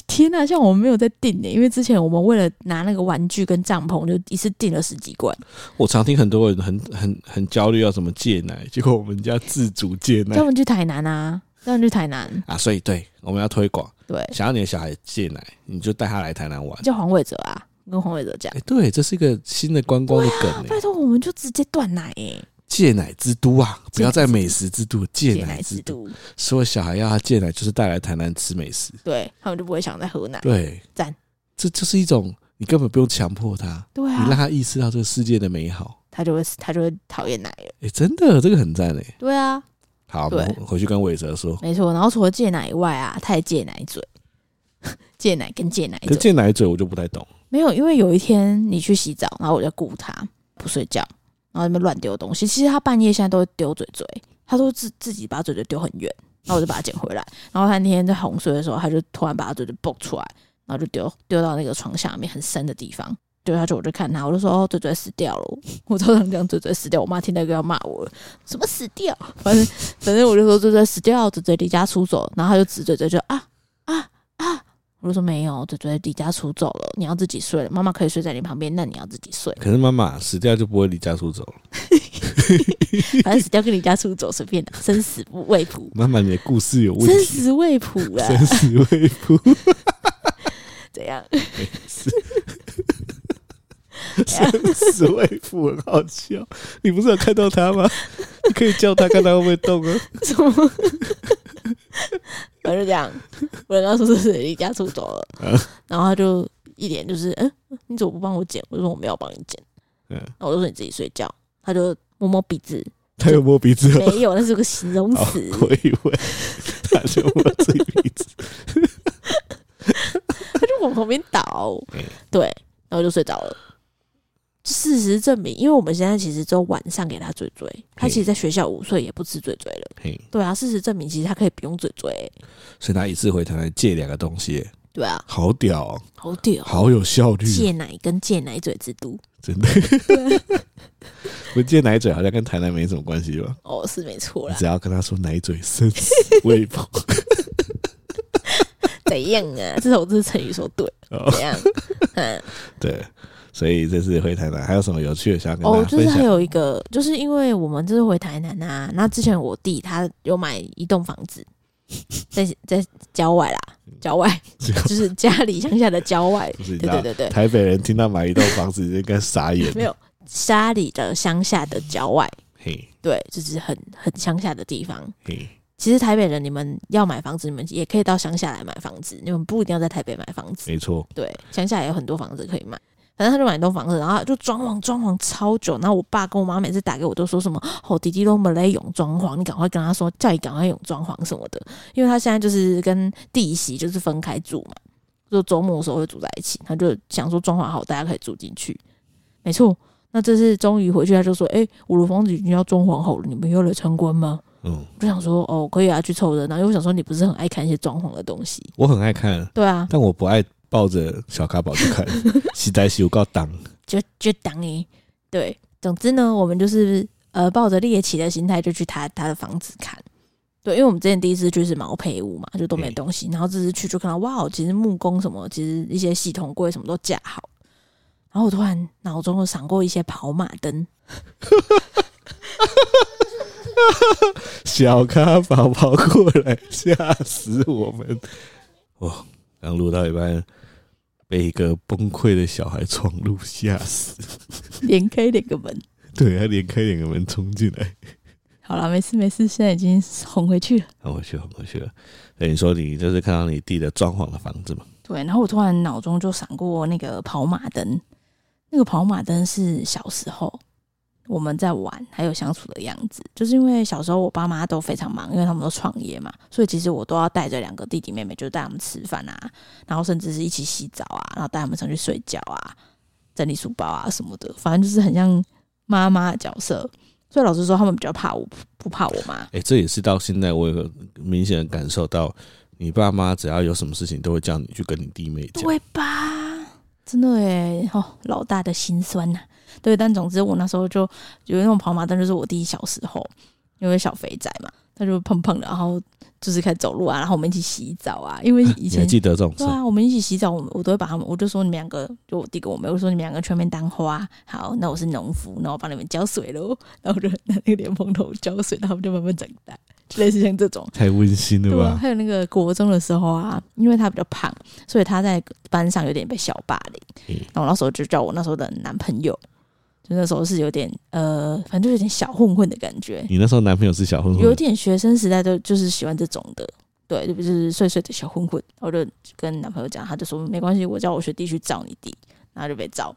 天呐、像我们没有在订的、因为之前我们为了拿那个玩具跟帐篷，就一次订了十几罐，
我常听很多人很很很焦虑要怎么戒奶，结果我们家自主戒奶
叫我们去台南啊，叫我们去台南，
啊，所以对我们要推广，
对，
想要你的小孩戒奶，你就带他来台南玩。
叫黄伟哲啊，跟黄伟哲讲
哎、，对，这是一个新的观光的梗、欸
拜托我们就直接断奶哎、
戒奶之都啊！不
戒奶
要
之
在
都
美食之都，戒
戒奶
奶之
制
都。
度，
所有小孩要他戒奶，就是带来台南吃美食。
对他们就不会想再喝奶，
对，
哎赞
这就是一种你根本不用强迫他，
对
你让
啊，
他意识到这个世界的美好。
他就会他就会讨厌奶了，
哎、真的，这个很赞哎、
对啊，
好，我们
对
回去跟伟哲说。
没错。然后除了戒奶以外啊，他也戒奶嘴， 戒奶跟戒奶
可
嘴
是戒奶嘴我就不太懂，
没有，因为有一天你去洗澡，然后我就顾他不睡觉，然后在那边乱丢东西。其实他半夜现在都会丢嘴嘴，他都自自己把嘴嘴丢很远，然后我就把它捡回来。然后他那天在哄睡的时候，他就突然把他嘴嘴蹦出来，然后就丢丢到那个床下面很深的地方。丢下去我就看他，我就说哦，嘴嘴死掉了。我超常讲嘴嘴死掉，我妈听到一个要骂我了，什么死掉？反正反正我就说嘴嘴死掉，嘴嘴离家出走。然后他就指嘴嘴就啊啊啊！我就说没有，嘴嘴离家出走了，你要自己睡了。妈妈可以睡在你旁边，那你要自己睡。
可是妈妈死掉就不会离家出走了。
反正死掉跟离家出走随便的，啊 生死不未卜，
妈妈，你的故事有问
生
题，
死未卜 啦，
生死未卜。
怎样？
生死未卜，很好笑。你不是有看到他吗？你可以叫他看他会不会动 啊。
什么？反正就这样，我跟他说这是离家出走了，
嗯
然后他就一脸就是，嗯，你怎么不帮我剪？我就说我没有帮你剪，
嗯，
那我就说你自己睡觉，他就摸摸鼻 子，
他有摸鼻子哦。
没有，那是个形容
好
词，
我以为他就摸自己鼻子。
他就往旁边倒
嗯，
对，然后就睡着了。事实证明，因为我们现在其实只有晚上给他嘴嘴，他
嘿
其实在学校午睡也不吃嘴嘴了。
嘿，
对啊，事实证明，其实他可以不用嘴嘴、
所以他一次回台南借两个东西，
对啊，
好屌哦、
好屌、
好有效率哦、
戒奶跟戒奶嘴之都。
真的。 不借奶嘴好像跟台南没什么关系吧？
哦，是没错
你
啦。
只要跟他说奶嘴生死未 卜，
怎样啊？ 至少我这次成语说对，
哦
怎样？嗯，
对，所以这次回台南还有什么有趣的想要跟大
哦，
家
就是
分
还
享？
有一个，就是因为我们这次回台南啊，那之前我弟他有买一栋房 子，在在郊外啦，
嗯
郊外
只有
就是家里乡下的 郊外，
就是你知
对
道
对对对，
台北人听到买一栋房子应该傻眼。
没有家里的乡下的郊外，
嘿，
对，就是很很乡下的地方。
嘿，
其实台北人，你们要买房子，你们也可以到乡下来买房子，你们不一定要在台北买房子。
没错，
对，乡下也有很多房子可以买。反正他就买一栋房子，然后就装潢装潢超久。然后我爸跟我妈每次打给我都说什么：“哦，弟弟都没来用装潢，你赶快跟他说，叫你赶快用装潢什么的。”因为他现在就是跟弟媳就是分开住嘛，就周末的时候会住在一起。他就想说装潢好，大家可以住进去。没错，那这次终于回去，他就说：“哎、我的房子已经要装潢好了，你们要来参观吗
嗯，？”
我就想说：“哦，可以啊，去凑热闹。”因为我想说你不是很爱看一些装潢的东西，
我很爱看，
对啊，
但我不爱抱着小咖宝去 看，实在是有够挡。
就就等你。对，总之呢，我们就是呃抱着猎奇的心态就去他他的房子看。对，因为我们之前第一次去是毛坯屋嘛，就都没
对
东西，然后这次去就看到哇，哦其实木工什么，其实一些系统柜什么都架好。然后我突然脑中有闪过一些跑马灯，
小咖宝跑过来，吓死我们！哇，然后哦录到一半被一个崩溃的小孩闯入吓死，
连开两个门。
对他连开两个门冲进来，
好了，没事没事，现在已经哄回去了。
很回去，很回去了。等于说你就是看到你弟的装潢的房子嘛？
对，然后我突然脑中就闪过那个跑马灯，那个跑马灯是小时候我们在玩还有相处的样子，就是因为小时候我爸妈都非常忙，因为他们都创业嘛，所以其实我都要带着两个弟弟妹妹，就带他们吃饭啊，然后甚至是一起洗澡啊，然后带他们上去睡觉啊，整理书包啊什么的，反正就是很像妈妈的角色。所以老实说，他们比较怕我，不不怕我妈。
哎、这也是到现在我有个明显的感受到，你爸妈只要有什么事情都会叫你去跟你弟妹讲。
对吧？真的哎，哦，老大的心酸呐、对，但总之我那时候就有那种跑马灯，就是我弟小时候，因为小肥仔嘛，他就胖胖的，然后就是开始走路啊，然后我们一起洗澡啊，因为以
你还
前
记得这种事
对？啊，我们一起洗澡，我们我都会把他们，我就说你们两个，就我弟跟我妹，我说你们两个全面当花，好，那我是农夫，那我帮你们浇水喽，然后我就 拿那个莲蓬头浇水，然后他们就慢慢长大，就类似像这种。
太温馨了
对啊，
吧？
还有那个国中的时候啊，因为他比较胖，所以他在班上有点被小霸凌
嗯。
然后我那时候就叫我那时候的男朋友，就那时候是有点呃，反正就有点小混混的感觉，
你那时候男朋友是小混
有
混，
点学生时代都就是喜欢这种的，对，就是碎碎的小混混。然后我就跟男朋友讲，他就说没关系，我叫我学弟去找你弟，然后就被找，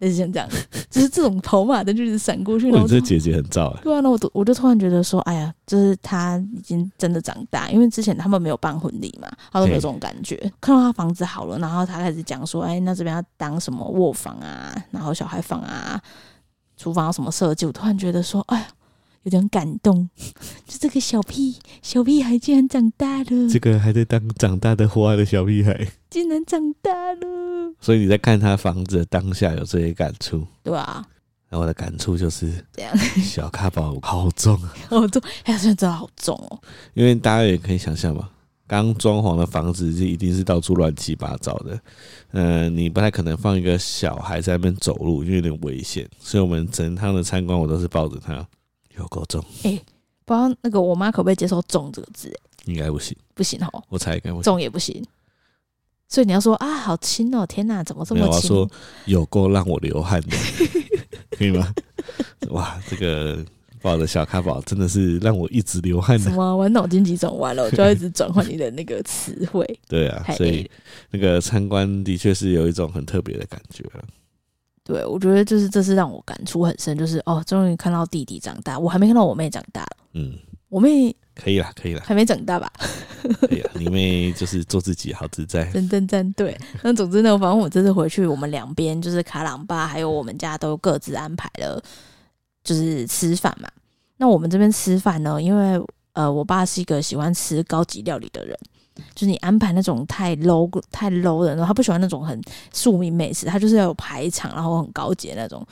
类似像这样，就是这种跑马灯就是闪过去，然
哇，
后
哦你
就
这姐姐很燥哎、
对啊，那我都我就突然觉得说，哎呀，就是他已经真的长大，因为之前他们没有办婚礼嘛，他都没有这种感觉。看到他房子好了，然后他开始讲说，哎，那这边要当什么卧房啊，然后小孩房啊，厨房要什么设计，我突然觉得说，哎呀，有点感动， 就这个小屁小屁孩竟然长大了，
这个还在当长大的花的小屁孩，
竟然长大了，
所以你在看他房子的当下有这些感触。
对啊，
然后我的感触就是，
这样，
小咖宝好重啊，
好重，哎呀，真的真的好重哦，
因为大家也可以想象嘛，刚装潢的房子就一定是到处乱七八糟的，呃，你不太可能放一个小孩在那边走路，因为有点危险，所以我们整趟的参观我都是抱着他，有够重，
不知道那个我妈可不可以接受“重”这个字，哎
应该不行，
不行哦。
我猜应该不行。
重也不行。所以你要说啊，好轻哦，天哪，怎么这
没
么
有，我要
轻？
说有够让我流汗的， 可以吗？哇，这个抱着小咖宝真的是让我一直流汗
什
的，
么玩脑筋急转弯了，我就要一直转换你的那个词汇，
对啊
太，
所
累
以
了。
那个参观的确是有一种很特别的感觉啊、
对，我觉得就是这次让我感触很深，就是哦，终于看到弟弟长大，我还没看到我妹长大，
嗯，
我妹
可以啦，可以 啦。
还没长大吧？
对呀、你妹就是做自己，好自在。
真真真对。那总之呢，反正我这次回去，我们两边就是卡朗巴还有我们家都各自安排了，就是吃饭嘛。那我们这边吃饭呢，因为呃，我爸是一个喜欢吃高级料理的人，就是你安排那种太 low 太 low 的，然后他不喜欢那种很庶民美食，他就是要有排场，然后很高级的那种。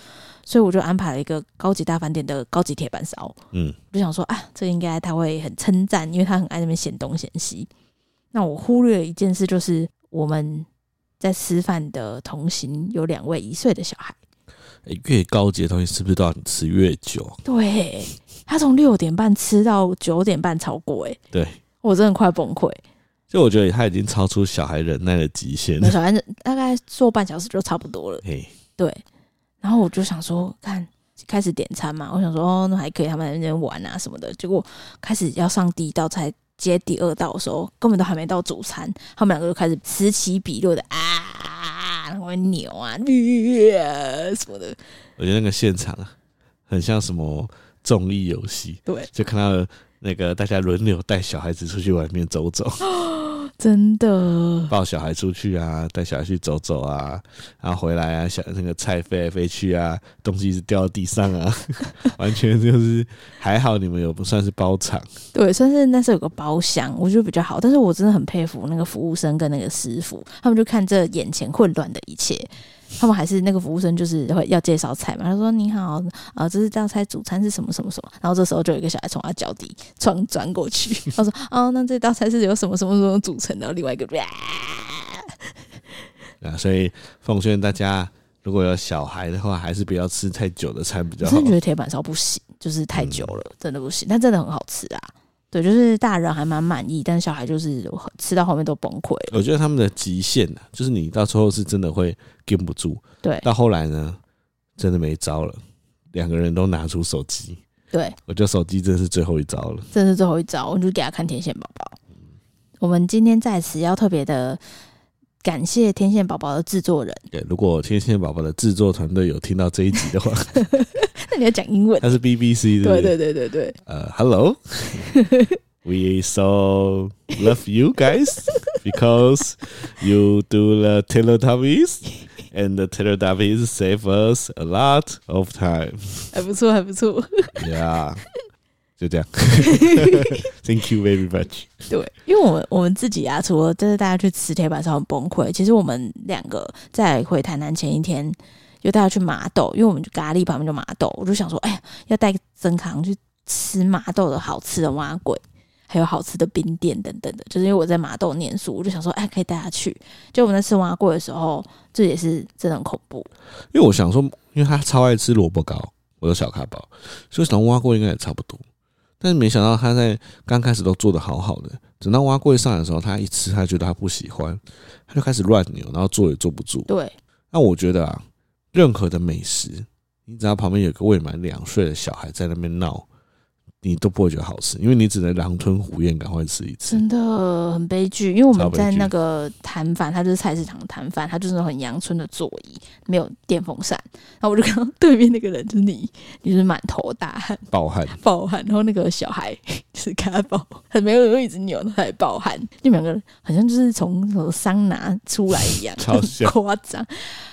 所以我就安排了一个高级大饭店的高级铁板烧，
嗯，
我就想说啊，这个应该他会很称赞，因为他很爱那边嫌东嫌西。那我忽略了一件事，就是我们在吃饭的同行有两位一岁的小孩，
诶越高级的东西是不是都要你吃越久？
对他从六点半吃到九点半超过、欸，
对，
我真的快崩溃。
就我觉得他已经超出小孩忍耐的极限
那
了。
小孩子大概坐半小时就差不多了，
嘿，
对。然后我就想说，看开始点餐嘛，我想说哦，那还可以，他们在那边玩啊什么的。结果开始要上第一道菜，接第二道的时候，根本都还没到主餐，他们两个就开始此起彼落的啊，然后扭啊、 呃什么的，
我觉得那个现场啊，很像什么综艺游戏，
对，
就看到那个大家轮流带小孩子出去外面走走，
真的，
抱小孩出去啊，带小孩去走走啊，然后回来啊，小那个菜飞来飞去啊，东西一直掉到地上啊， 完全就是还好你们有不算是包场，
对，算是那时候有个包厢，我觉得比较好。但是我真的很佩服那个服务生跟那个师傅，他们就看这眼前混乱的一切，他们还是那个服务生就是会要介绍菜嘛，他说你好，呃，这是道菜主餐是什么什么什么，然后这时候就有一个小孩从他脚底撞转过去， 他说哦，那这道菜是由什么什么什么组成的，然后另外一个啊
啊，所以奉劝大家，如果有小孩的话，还是不要吃太久的餐比
我
较好
真的。觉得铁板烧不行，就是太久了，真的不行，但真的很好吃啊。对，就是大人还蛮满意，但小孩就是吃到后面都崩溃了。
我觉得他们的极限呢、就是你到最后是真的会跟不住，
对
到后来呢，真的没招了，两个人都拿出手机，
对，
我觉得手机真是最后一招了。
这是最后一招，我就给他看天线宝宝。我们今天在此要特别的感谢天线宝宝的制作人。
对，如果天线宝宝的制作团队有听到这一集的话，
那你要讲英文？
他是 BBC 的，
对对对对对，
呃，Hello。We so love you guys because you do the Teletubbies, and the Teletubbies save us a lot of time.
还不错，还不错。
Yeah，就 这样。Thank you very much。
对，因为我们我们自己啊，除了就是大家去吃铁板烧很崩溃，其实我们两个在回台南前一天，就带他去麻豆，因为我们就咖喱旁边就麻豆，我就想说，哎呀，要带曾康去吃麻豆的好吃的蛙鬼，还有好吃的冰店等等的，就是因为我在麻豆念书，我就想说，哎，可以带他去。就我们在吃蛙粿的时候，这也是真的很恐怖，
因为我想说，因为他超爱吃萝卜糕，我的小卡包，所以想挖过应该也差不多。但是没想到他在刚开始都做的好好的，等到挖过上来的时候，他一吃他觉得他不喜欢，他就开始乱扭，然后坐也坐不住。
对
那我觉得啊，任何的美食，你只要旁边有个未满两岁的小孩在那边闹，你都不会觉得好吃，因为你只能狼吞虎咽，赶快吃一次。
真的很悲剧，因为我
超
们
悲
在
剧
那个摊贩，他就是菜市场的摊贩，他就是那种很阳春的座椅，没有电风扇。然后我就看到对面那个人就是你，你就是满头大汗、
暴汗，，
暴汗，然后那个小孩 就是咖宝，很没有人一直扭，他还暴汗，你们两个人好像就是从什么桑拿出来一样
超像
夸张。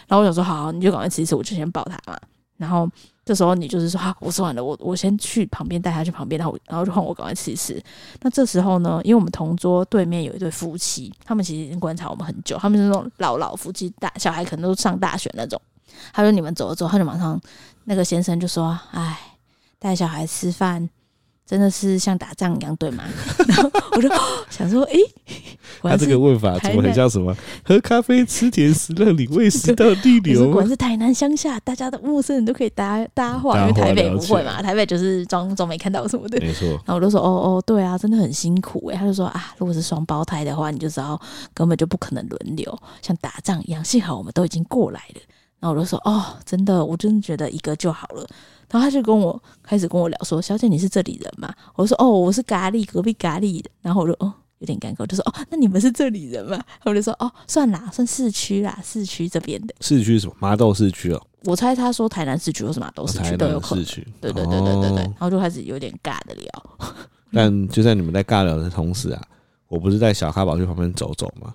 然后我想说，好，你就赶快吃一次，我就先抱他嘛。然后这时候你就是说，好、我吃完了，我我先去旁边带他去旁边，然后我然后就换我赶快吃一次。那这时候呢，因为我们同桌对面有一对夫妻，他们其实已经观察我们很久，他们是那种老老夫妻大，小孩可能都上大学那种。他说你们走了之后，他就马上那个先生就说，哎，带小孩吃饭。真的是像打仗一样，对吗？ 然后我就 想说，诶、果
他
然
这
是
个问法怎么
台
很
南
像什么？喝咖啡吃甜食，让你胃食道逆
可是
流
果。然是台南乡下，大家的陌生人都可以搭搭话，因为
搭话
台北
聊
不
起
会
来
嘛，台北就是装装没看到什么的。
没错，
然后我就说，哦哦，对啊，真的很辛苦诶、他就说啊，如果是双胞胎的话，你就知道根本就不可能轮流，像打仗一样。幸好我们都已经过来了。然后我就说，哦，真的，我真的觉得一个就好了。然后他就跟我开始跟我聊说，小姐你是这里人吗？我就说，哦，我是咖喱隔壁咖喱人。然后我就哦。有点尴尬，我就说哦，那你们是这里人吗？我就说哦，算啦，算市区啦，市区这边的。
市区是什么？麻豆市区哦，
我猜他说台南市区或什么哦都市
台
区都有
南
可
市
能。
区。
对对对对对对，
哦
然后就开始有点尬的聊。
但就在你们在尬聊的同时啊，我不是带小咖宝去旁边走走嘛，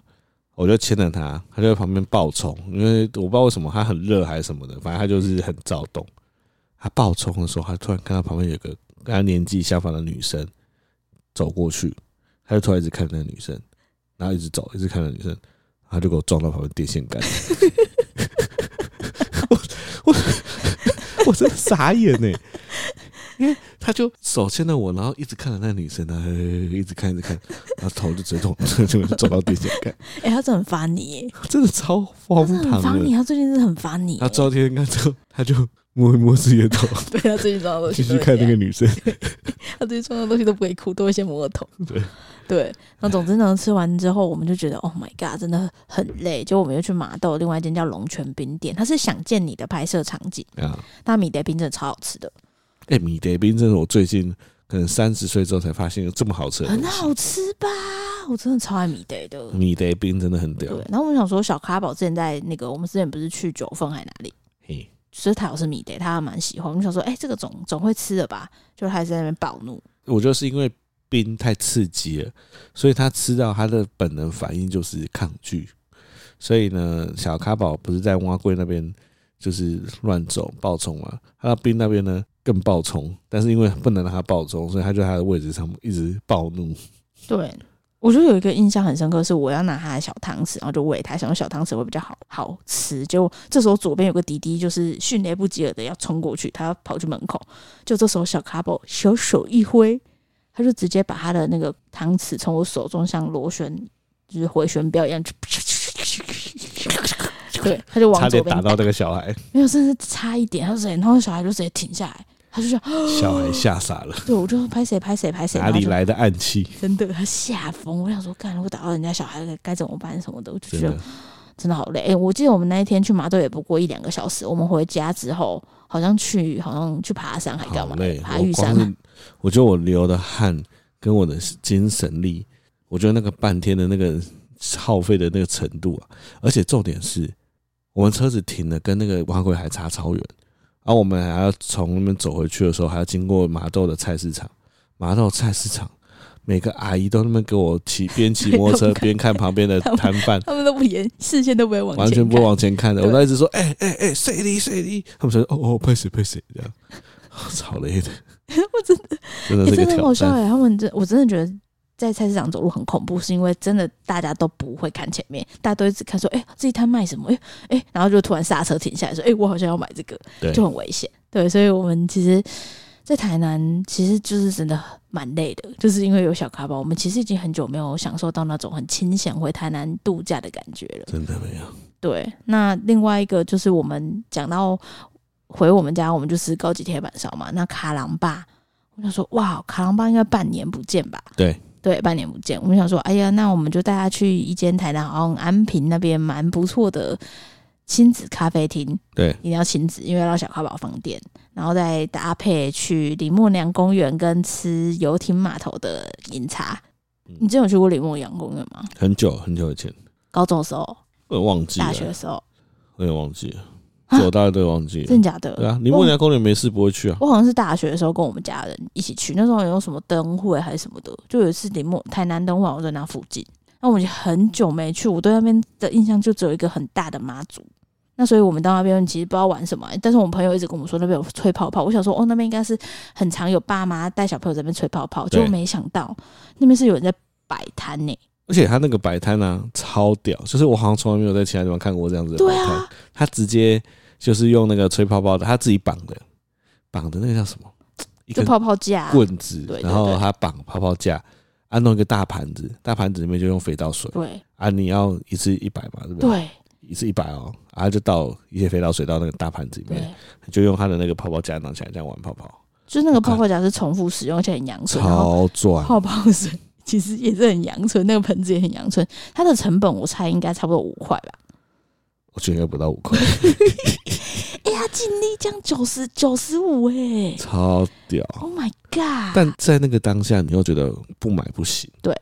我就牵着他，他就在旁边暴冲，因为我不知道为什么他很热还是什么的，反正他就是很躁动。他暴冲的时候，他突然看到旁边有个跟他年纪相仿的女生走过去，他就突然一直看着那个女生，然后一直走，一直看着女生，他就给我撞到旁边电线杆。我 我我真的傻眼呢、他就手牵着我，然后一直看着那女生啊，一直看一直看，然后头 就直接痛，就撞到电线杆，
哎、他真的很烦你耶，
真的超
他
荒
真的很
唐
烦你，
的。
他最近真的很烦你耶。
他撞到电线杆之后，他就摸一摸自己的 头，
对他最近撞到东
继
西都
续
会
看
这
那
样
个女生。
他最近撞到东西都不会哭，都会先摸头。
对
对，那总之呢，吃完之后我们就觉得，Oh my god，真的很累。就我们又去麻豆另外一间叫龙泉冰店，它是想见你的拍摄场景，
啊，
那米德冰真的超好吃的，
哎、米德冰真是我最近可能三十岁之后才发现有这么好吃的
很
东西。
好吃吧？我真的超爱米德的。
米德冰真的很屌
对，，然后我们想说，小咖宝之前在那个，我们之前不是去九份还哪里，
嘿，
所以他有是米的，他还蛮喜欢。我们想说，哎、这个总总会吃的吧？就他还在那边暴怒，
我就是因为冰太刺激了，所以他吃到他的本能反应就是抗拒。所以呢，小咖宝不是在蛙柜那边就是乱走暴冲嘛，他到冰那边呢更暴冲，但是因为不能让他暴冲，所以他就在他的位置上一直暴怒。
对，我就有一个印象很深刻，是我要拿他的小汤匙，然后就喂他，想说小汤匙会比较好好吃。就这时候左边有个弟弟，就是迅雷不及耳的要冲过去，他要跑去门口。就这时候小卡宝小手一挥，他就直接把他的那个汤匙从我手中像螺旋就是回旋镖一样，就对，他就往
差
左
点
边
打到那个小孩，
没有，甚至差一点，他就直接，然后小孩就直接停下来，他就想，
小孩吓傻了，
对我就拍谁拍谁拍谁，
哪里来的暗器？
真的，他吓疯。我想说，干，如果打到人家小孩该该怎么办什么的，我就
真
觉得
的，
真的好累。哎、我记得我们那一天去麻豆也不过一两个小时，我们回家之后好像去好像去爬山还干
好
嘛
累
的，？爬
我
玉
光
山嘛。
是我觉得我流的汗跟我的精神力，我觉得那个半天的那个耗费的那个程度啊，而且重点是我们车子停了，跟那个花龟还差超远，而、我们还要从那边走回去的时候，还要经过麻豆的菜市场，麻豆菜市场。每个阿姨都那么给我骑，边骑摩 托车
不敢
边看旁边的摊贩，
他们都不沿视线都不会往前
完全不会
看
往前看的。我
对
都一直说，哎哎哎，谁离谁离？他们说，哦哦，拍谁拍谁这样， 超累 的。我真的
欸
真的是个
真的很
挑
好笑
战。
哎、他们真我真的觉得在菜市场走路很恐怖，是因为真的大家都不会看前面，大家都一直看说，哎、这一摊卖什么？哎、哎、然后就突然刹车停下来说，哎、我好像要买这个，
对，
就很危险。对，所以我们其实，在台南其实就是真的蛮累的，就是因为有小咖宝，我们其实已经很久没有享受到那种很清闲回台南度假的感觉了。
真的没有。
对，那另外一个就是我们讲到回我们家，我们就吃高级铁板烧嘛。那卡郎爸，我想说，哇，卡郎爸应该半年不见吧？
对
对，半年不见，我们想说，哎呀，那我们就带他去一间台南好像安平那边蛮不错的亲子咖啡厅，
对，
一定要亲子，因为要小咖宝放电，然后再搭配去李默娘公园跟吃游艇码头的饮茶。
嗯
你之前有去过李默娘公园吗？
很久很久以前，
高中的时候，
我也忘记
大学的
了，
时候，
我也忘记了，
啊
这我大概都忘记了
真。的假的？
对啊，林默娘公园没事不会去啊。
我好像是大学的时候跟我们家人一起去，那时候有什么灯会还是什么的，就有一次林默台南灯会，我在那附近。那我们已经很久没去，我对那边的印象就只有一个很大的妈祖。那所以我们到那边其实不知道玩什么，但是我们朋友一直跟我们说那边有吹泡泡，我想说哦那边应该是很常有爸妈带小朋友在那边吹泡泡，
对
结果没想到那边是有人在摆摊呢。
而且他那个摆摊啊，超屌，就是我好像从来没有在其他地方看过这样子的摆
对
摊。
啊，
他直接就是用那个吹泡泡的，他自己绑的，绑的那个叫什么？一
就
根
泡泡架啊，
棍子
对，对
然后
对
他绑泡泡架，啊，弄一个大盘子，大盘子里面就用肥皂水，
对
啊，你要一次一百嘛，对不对？
对
一次一百哦，啊，就倒一些肥皂水到那个大盘子里面，
对，
就用他的那个泡泡架拿起来这样玩泡泡，
就是那个泡泡架是重复使用，而且很阳春，然后
超赚，
泡泡水其实也是很阳春，那个盆子也很阳春。它的成本我猜应该差不多五块吧。
我觉得应该不到五块，
哎、呀，净利降九十九十五哎
超屌。
，Oh my god！
但在那个当下，你又觉得不买不行，
对，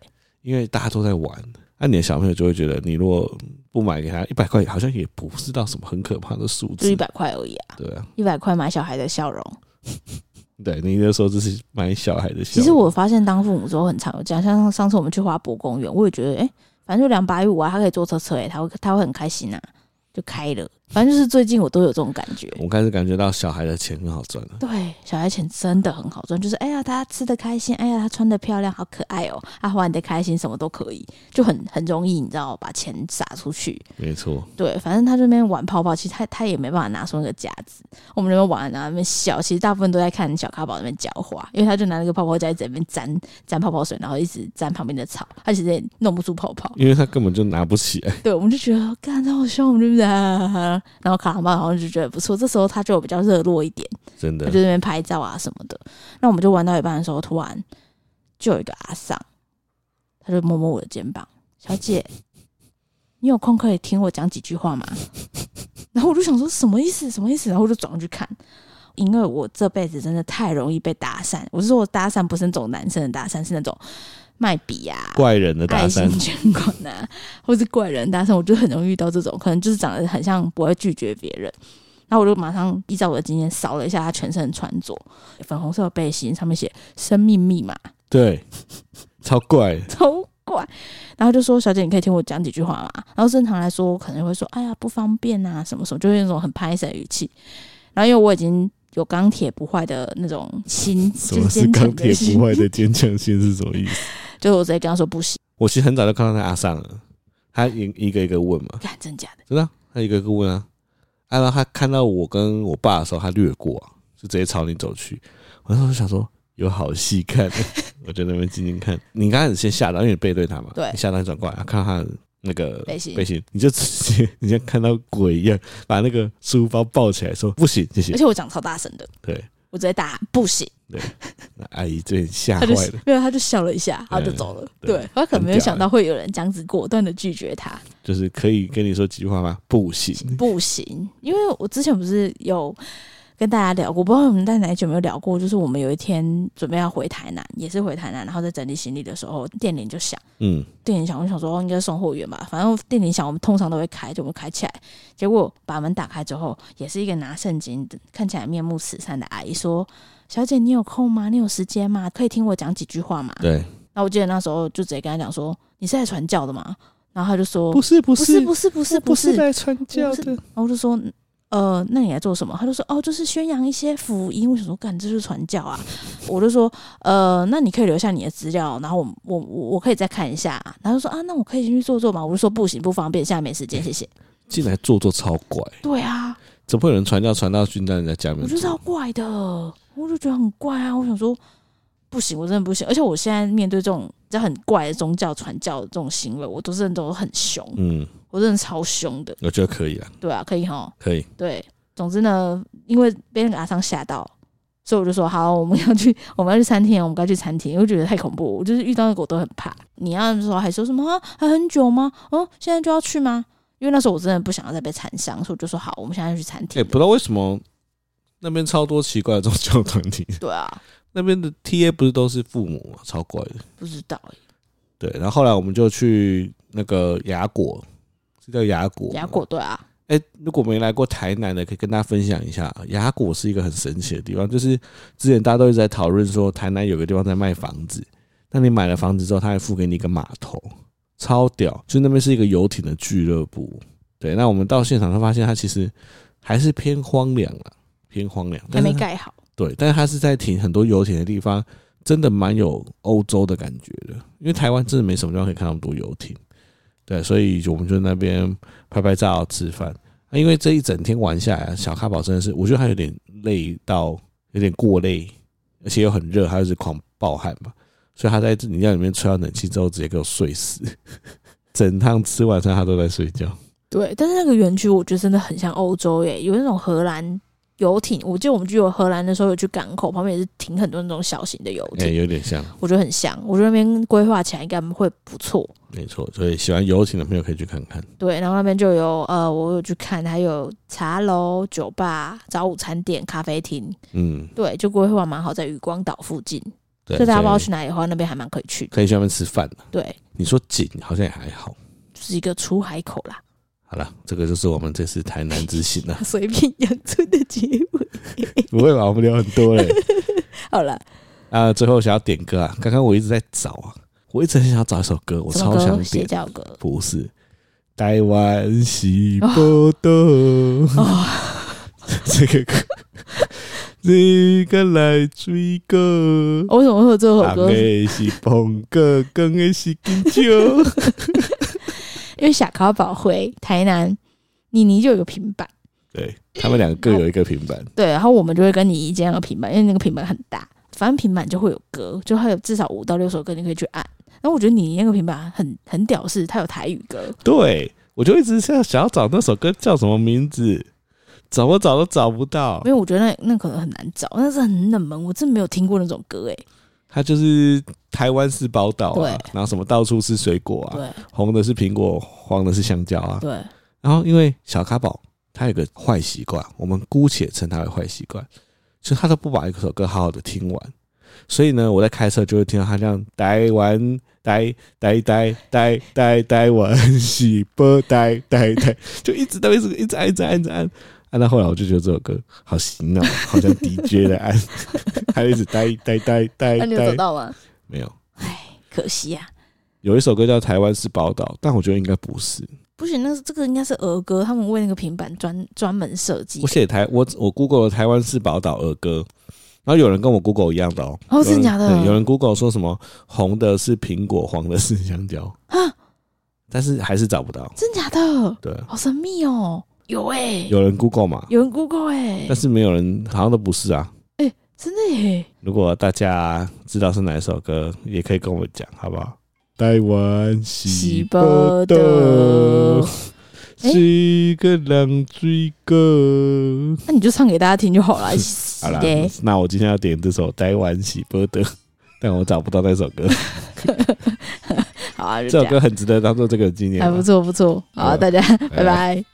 因为大家都在玩，那、你的小朋友就会觉得，你如果不买给他一百块，好像也不是到什么很可怕的数
就
字
一，百块而已啊，
对啊，
一百块买小孩的笑容。
对，你那时候就是买小孩的笑容，
其实我发现当父母之后很常有这样，像上次我们去花博公园，我也觉得哎、诶反正就两百五啊，他可以坐车车哎、他会他会很开心啊，就开了。反正就是最近我都有这种感觉。
我开始感觉到小孩的钱很好赚了，
对，小孩钱真的很好赚，就是哎呀，他吃的开心，哎呀，他穿的漂亮，好可爱哦，他玩的开心，什么都可以，就很很容易，你知道，把钱撒出去。
没错，
对，反正他这边玩泡泡，其实他他也没办法拿出那个夹子，我们那边玩，然后那边笑，其实大部分都在看小咖宝那边浇花，因为他就拿那个泡泡夹在那边沾沾泡泡水，然后一直沾旁边的草，他其实也弄不出泡泡。
因为他根本就拿不起来，
对，我们就觉得干这好笑，我们就啊， 然后卡拉巴好像就觉得不错，这时候他就比较热络一点。
真
他
的
就，在那边拍照啊什么的。那我们就玩到一半的时候，突然就有一个阿桑，他就摸摸我的肩膀，小姐，你有空可以听我讲几句话吗？ 然后我就想说什么意思？什么意思？然后我就转过去看，因为我这辈子真的太容易被搭讪。我是说我搭讪不是那种男生的搭讪，是那种卖笔啊、
怪人的搭
爱
讪
心，捐款啊，或是怪人搭讪，我就很容易遇到这种，可能就是长得很像不会拒绝别人。然后我就马上依照我的经验扫了一下他全身的穿着，粉红色的背心上面写“生命密码
对，超怪”，，
超怪。然后就说：“小姐，你可以听我讲几句话吗？”然后正常来说，我可能会说：“哎呀，不方便啊，什么什么”，就会用那种很拍的语气。然后因为我已经有钢铁不坏的那种心，
什
就
么
是
是
坚
钢
强
铁
的心
不，坏的坚强心是什么意思？
就我直接跟他说不行，
我其实很早就看到那阿尚了，他一一个一个问嘛，
看真假的，
真的啊、他一个一个问啊，啊，然后他看到我跟我爸的时候，他略过啊，就直接朝你走去。我那时候就想说，有好戏 看，我就在那边静静看。你刚开始先吓到，因为你背对他嘛，
对
你吓到你转过来，啊看到他的那个
背心
背心，你就直接你像看到鬼一样，把那个书包抱起来说不行，谢谢
而。且我讲超大声的。
对，
我我直接打不行，
那阿姨这吓
他
坏
就
了，
没有，他就笑了一下，他就
对
走了。
对
对，他可能没有
很屌
想到会有人这样子果断的拒绝他。
就是可以跟你说几句话吗？不行，
不行，因为我之前不是有跟大家聊过，不知道我们在哪一集有没有聊过，就是我们有一天准备要回台南，也是回台南，然后在整理行李的时候，电铃就响，
嗯，
电铃响，我就想说、哦、应该是送货员吧，反正电铃响我们通常都会开，就我们开起来，结果把门打开之后，也是一个拿圣经的，看起来面目慈善的阿姨说：“小姐，你有空吗？你有时间吗？可以听我讲几句话吗？”
对，
那我记得那时候就直接跟他讲说：“你是来传教的吗？”然后他就说：“
不是不
不是，
是
不是，不是，
我
不是。”
来传教
我不
的，
然后我就说，嗯呃，那你来做什么？他就说，哦，就是宣扬一些福音。我想说，干，这就是传教啊！我就说，呃，那你可以留下你的资料，然后我我我我可以再看一下。然后就说啊，那我可以进去做做嘛？我就说不行，不方便，现在没时间，谢谢。
进来坐坐超怪，
对啊，
怎么会有人传教传到军在人家家里
我
面
就
坐？
知道怪的，我就觉得很怪啊。我想说，不行，我真的不行。而且我现在面对这种这很怪的宗教传教的这种行为，我都真的都很凶，
嗯，
我真的超凶的。
我觉得可以啊，
对啊，可以哈。
可以，
对，总之呢，因为被那个阿桑吓到，所以我就说好，我们要去， 我们要去餐厅，我们该去餐厅，因为我觉得太恐怖，我就是遇到那个我都很怕。你要的时候还说什么、啊、还很久吗？哦，现在就要去吗？因为那时候我真的不想要再被缠上，所以我就说好，我们现在就去餐
哎，
厅了。
不知道为什么那边超多奇怪的宗教团体，
对啊，
那边的 TA 不是都是父母吗？超怪的。
不知道欸
对，然后后来我们就去那个雅果，是叫雅果吗。
雅果对啊，
哎、如果没来过台南的，可以跟大家分享一下，雅果是一个很神奇的地方。就是之前大家都一直在讨论说，台南有个地方在卖房子，那你买了房子之后，他还付给你一个码头，超屌！就那边是一个游艇的俱乐部。对，那我们到现场就发现，它其实还是偏荒凉了，偏荒凉，
还
但是
没
它
盖好，
对，但是它是在停很多游艇的地方，真的蛮有欧洲的感觉的。因为台湾真的没什么地方可以看到那么多游艇，对，所以就我们就那边拍拍照、吃饭。啊、因为这一整天玩下来啊，小咖宝真的是，我觉得他有点累到有点过累，而且又很热，他就是狂暴汗嘛，所以他在饮料里面吹到冷气之后，直接给我睡死。 整趟吃晚餐他都在睡觉，
对，但是那个园区我觉得真的很像欧洲耶，有那种荷兰游艇。我记得我们去有荷兰的时候，有去港口旁边也是停很多那种小型的游
哎、
艇，
有点像，
我觉得很像，我觉得那边规划起来应该会不错。
没错。所以喜欢游艇的朋友可以去看看。
对，然后那边就有呃，我有去看，还有茶楼、酒吧、早午餐店、咖啡厅，
嗯，
对，就规划蛮好，在渔光岛附近，
对，
所以大家不知道
所以
去哪里的话，啊那边还蛮可以去的。
可以去那边吃饭了。
对，
你说景好像也还好。
就是一个出海口啦，。
好了，这个就是我们这次台南之行了
随便养村的结尾。
不会吧？我们聊很多嘞。
好了，
啊，最后想要点歌啊，刚刚我一直在找啊，我一直很想要找一首歌，哦我
什么
超想
歌？邪
点。
教歌。
不是，台湾西波多，
哦，
这个歌，这个来追哦歌。
哦我为什么会有这首
阿
歌？
妹是捧个，更的是金 酒。
因为小考宝回台南，妮妮就有个平板，
对他们两个各有一个平板，
对，然后我们就会跟你一间那个平板，因为那个平板很大，反正平板就会有歌，就会有至少五到六首歌你可以去按。然后我觉得你那个平板很很屌是，它有台语歌，
对，我就一直想想要找那首歌叫什么名字，怎么找都找不到
因。为我觉得那那可能很难找，那是很冷门，我真没有听过那种歌诶、欸
它就是台湾是宝岛啊
对，
然后什么到处是水果啊，
对
红的是苹果，黄的是香蕉啊。
对，
然后因为小咖宝他有个坏习惯，我们姑且称他为坏习惯，所以他都不把一首歌好好的听完。所以呢，我在开车就会听到他这样呆完 呆呆呆呆呆呆完洗波呆呆呆，就一直都一直一直按一直按一直按。按到后来，我就觉得这首歌好洗脑，好像 DJ 的按， 还一直呆呆呆呆
那、你有找
呆。
到吗？
没有，
唉，可惜啊，
有一首歌叫《台湾是宝岛》，但我觉得应该不是。
不行，那是这个应该是儿歌，他们为那个平板专专门设计
我。写台我我 Google 了台湾是宝岛儿歌，然后有人跟我 Google 一样的哦，有
哦
人
真的假的
对有人 Google 说什么红的是苹果，黄的是香蕉
啊，
但是还是找不到。
真假的，
对，
好神秘哦。有诶、
有人 Google 嘛，
有人 Google 诶、
但是没有人好像都不是啊。
真的诶、
如果大家知道是哪一首歌，也可以跟我讲，好不好？台湾
喜
西
波的，诶
是个狼追哥。
那你就唱给大家听就好了。
好啦
耶，
那我今天要点这首《台湾喜波德》，但我找不到那首歌。
好啊，就
这
这
首
啊样，
歌很值得当做这个纪念
还
吧。
不错不错。好啊，
好哎
大家
拜
拜拜。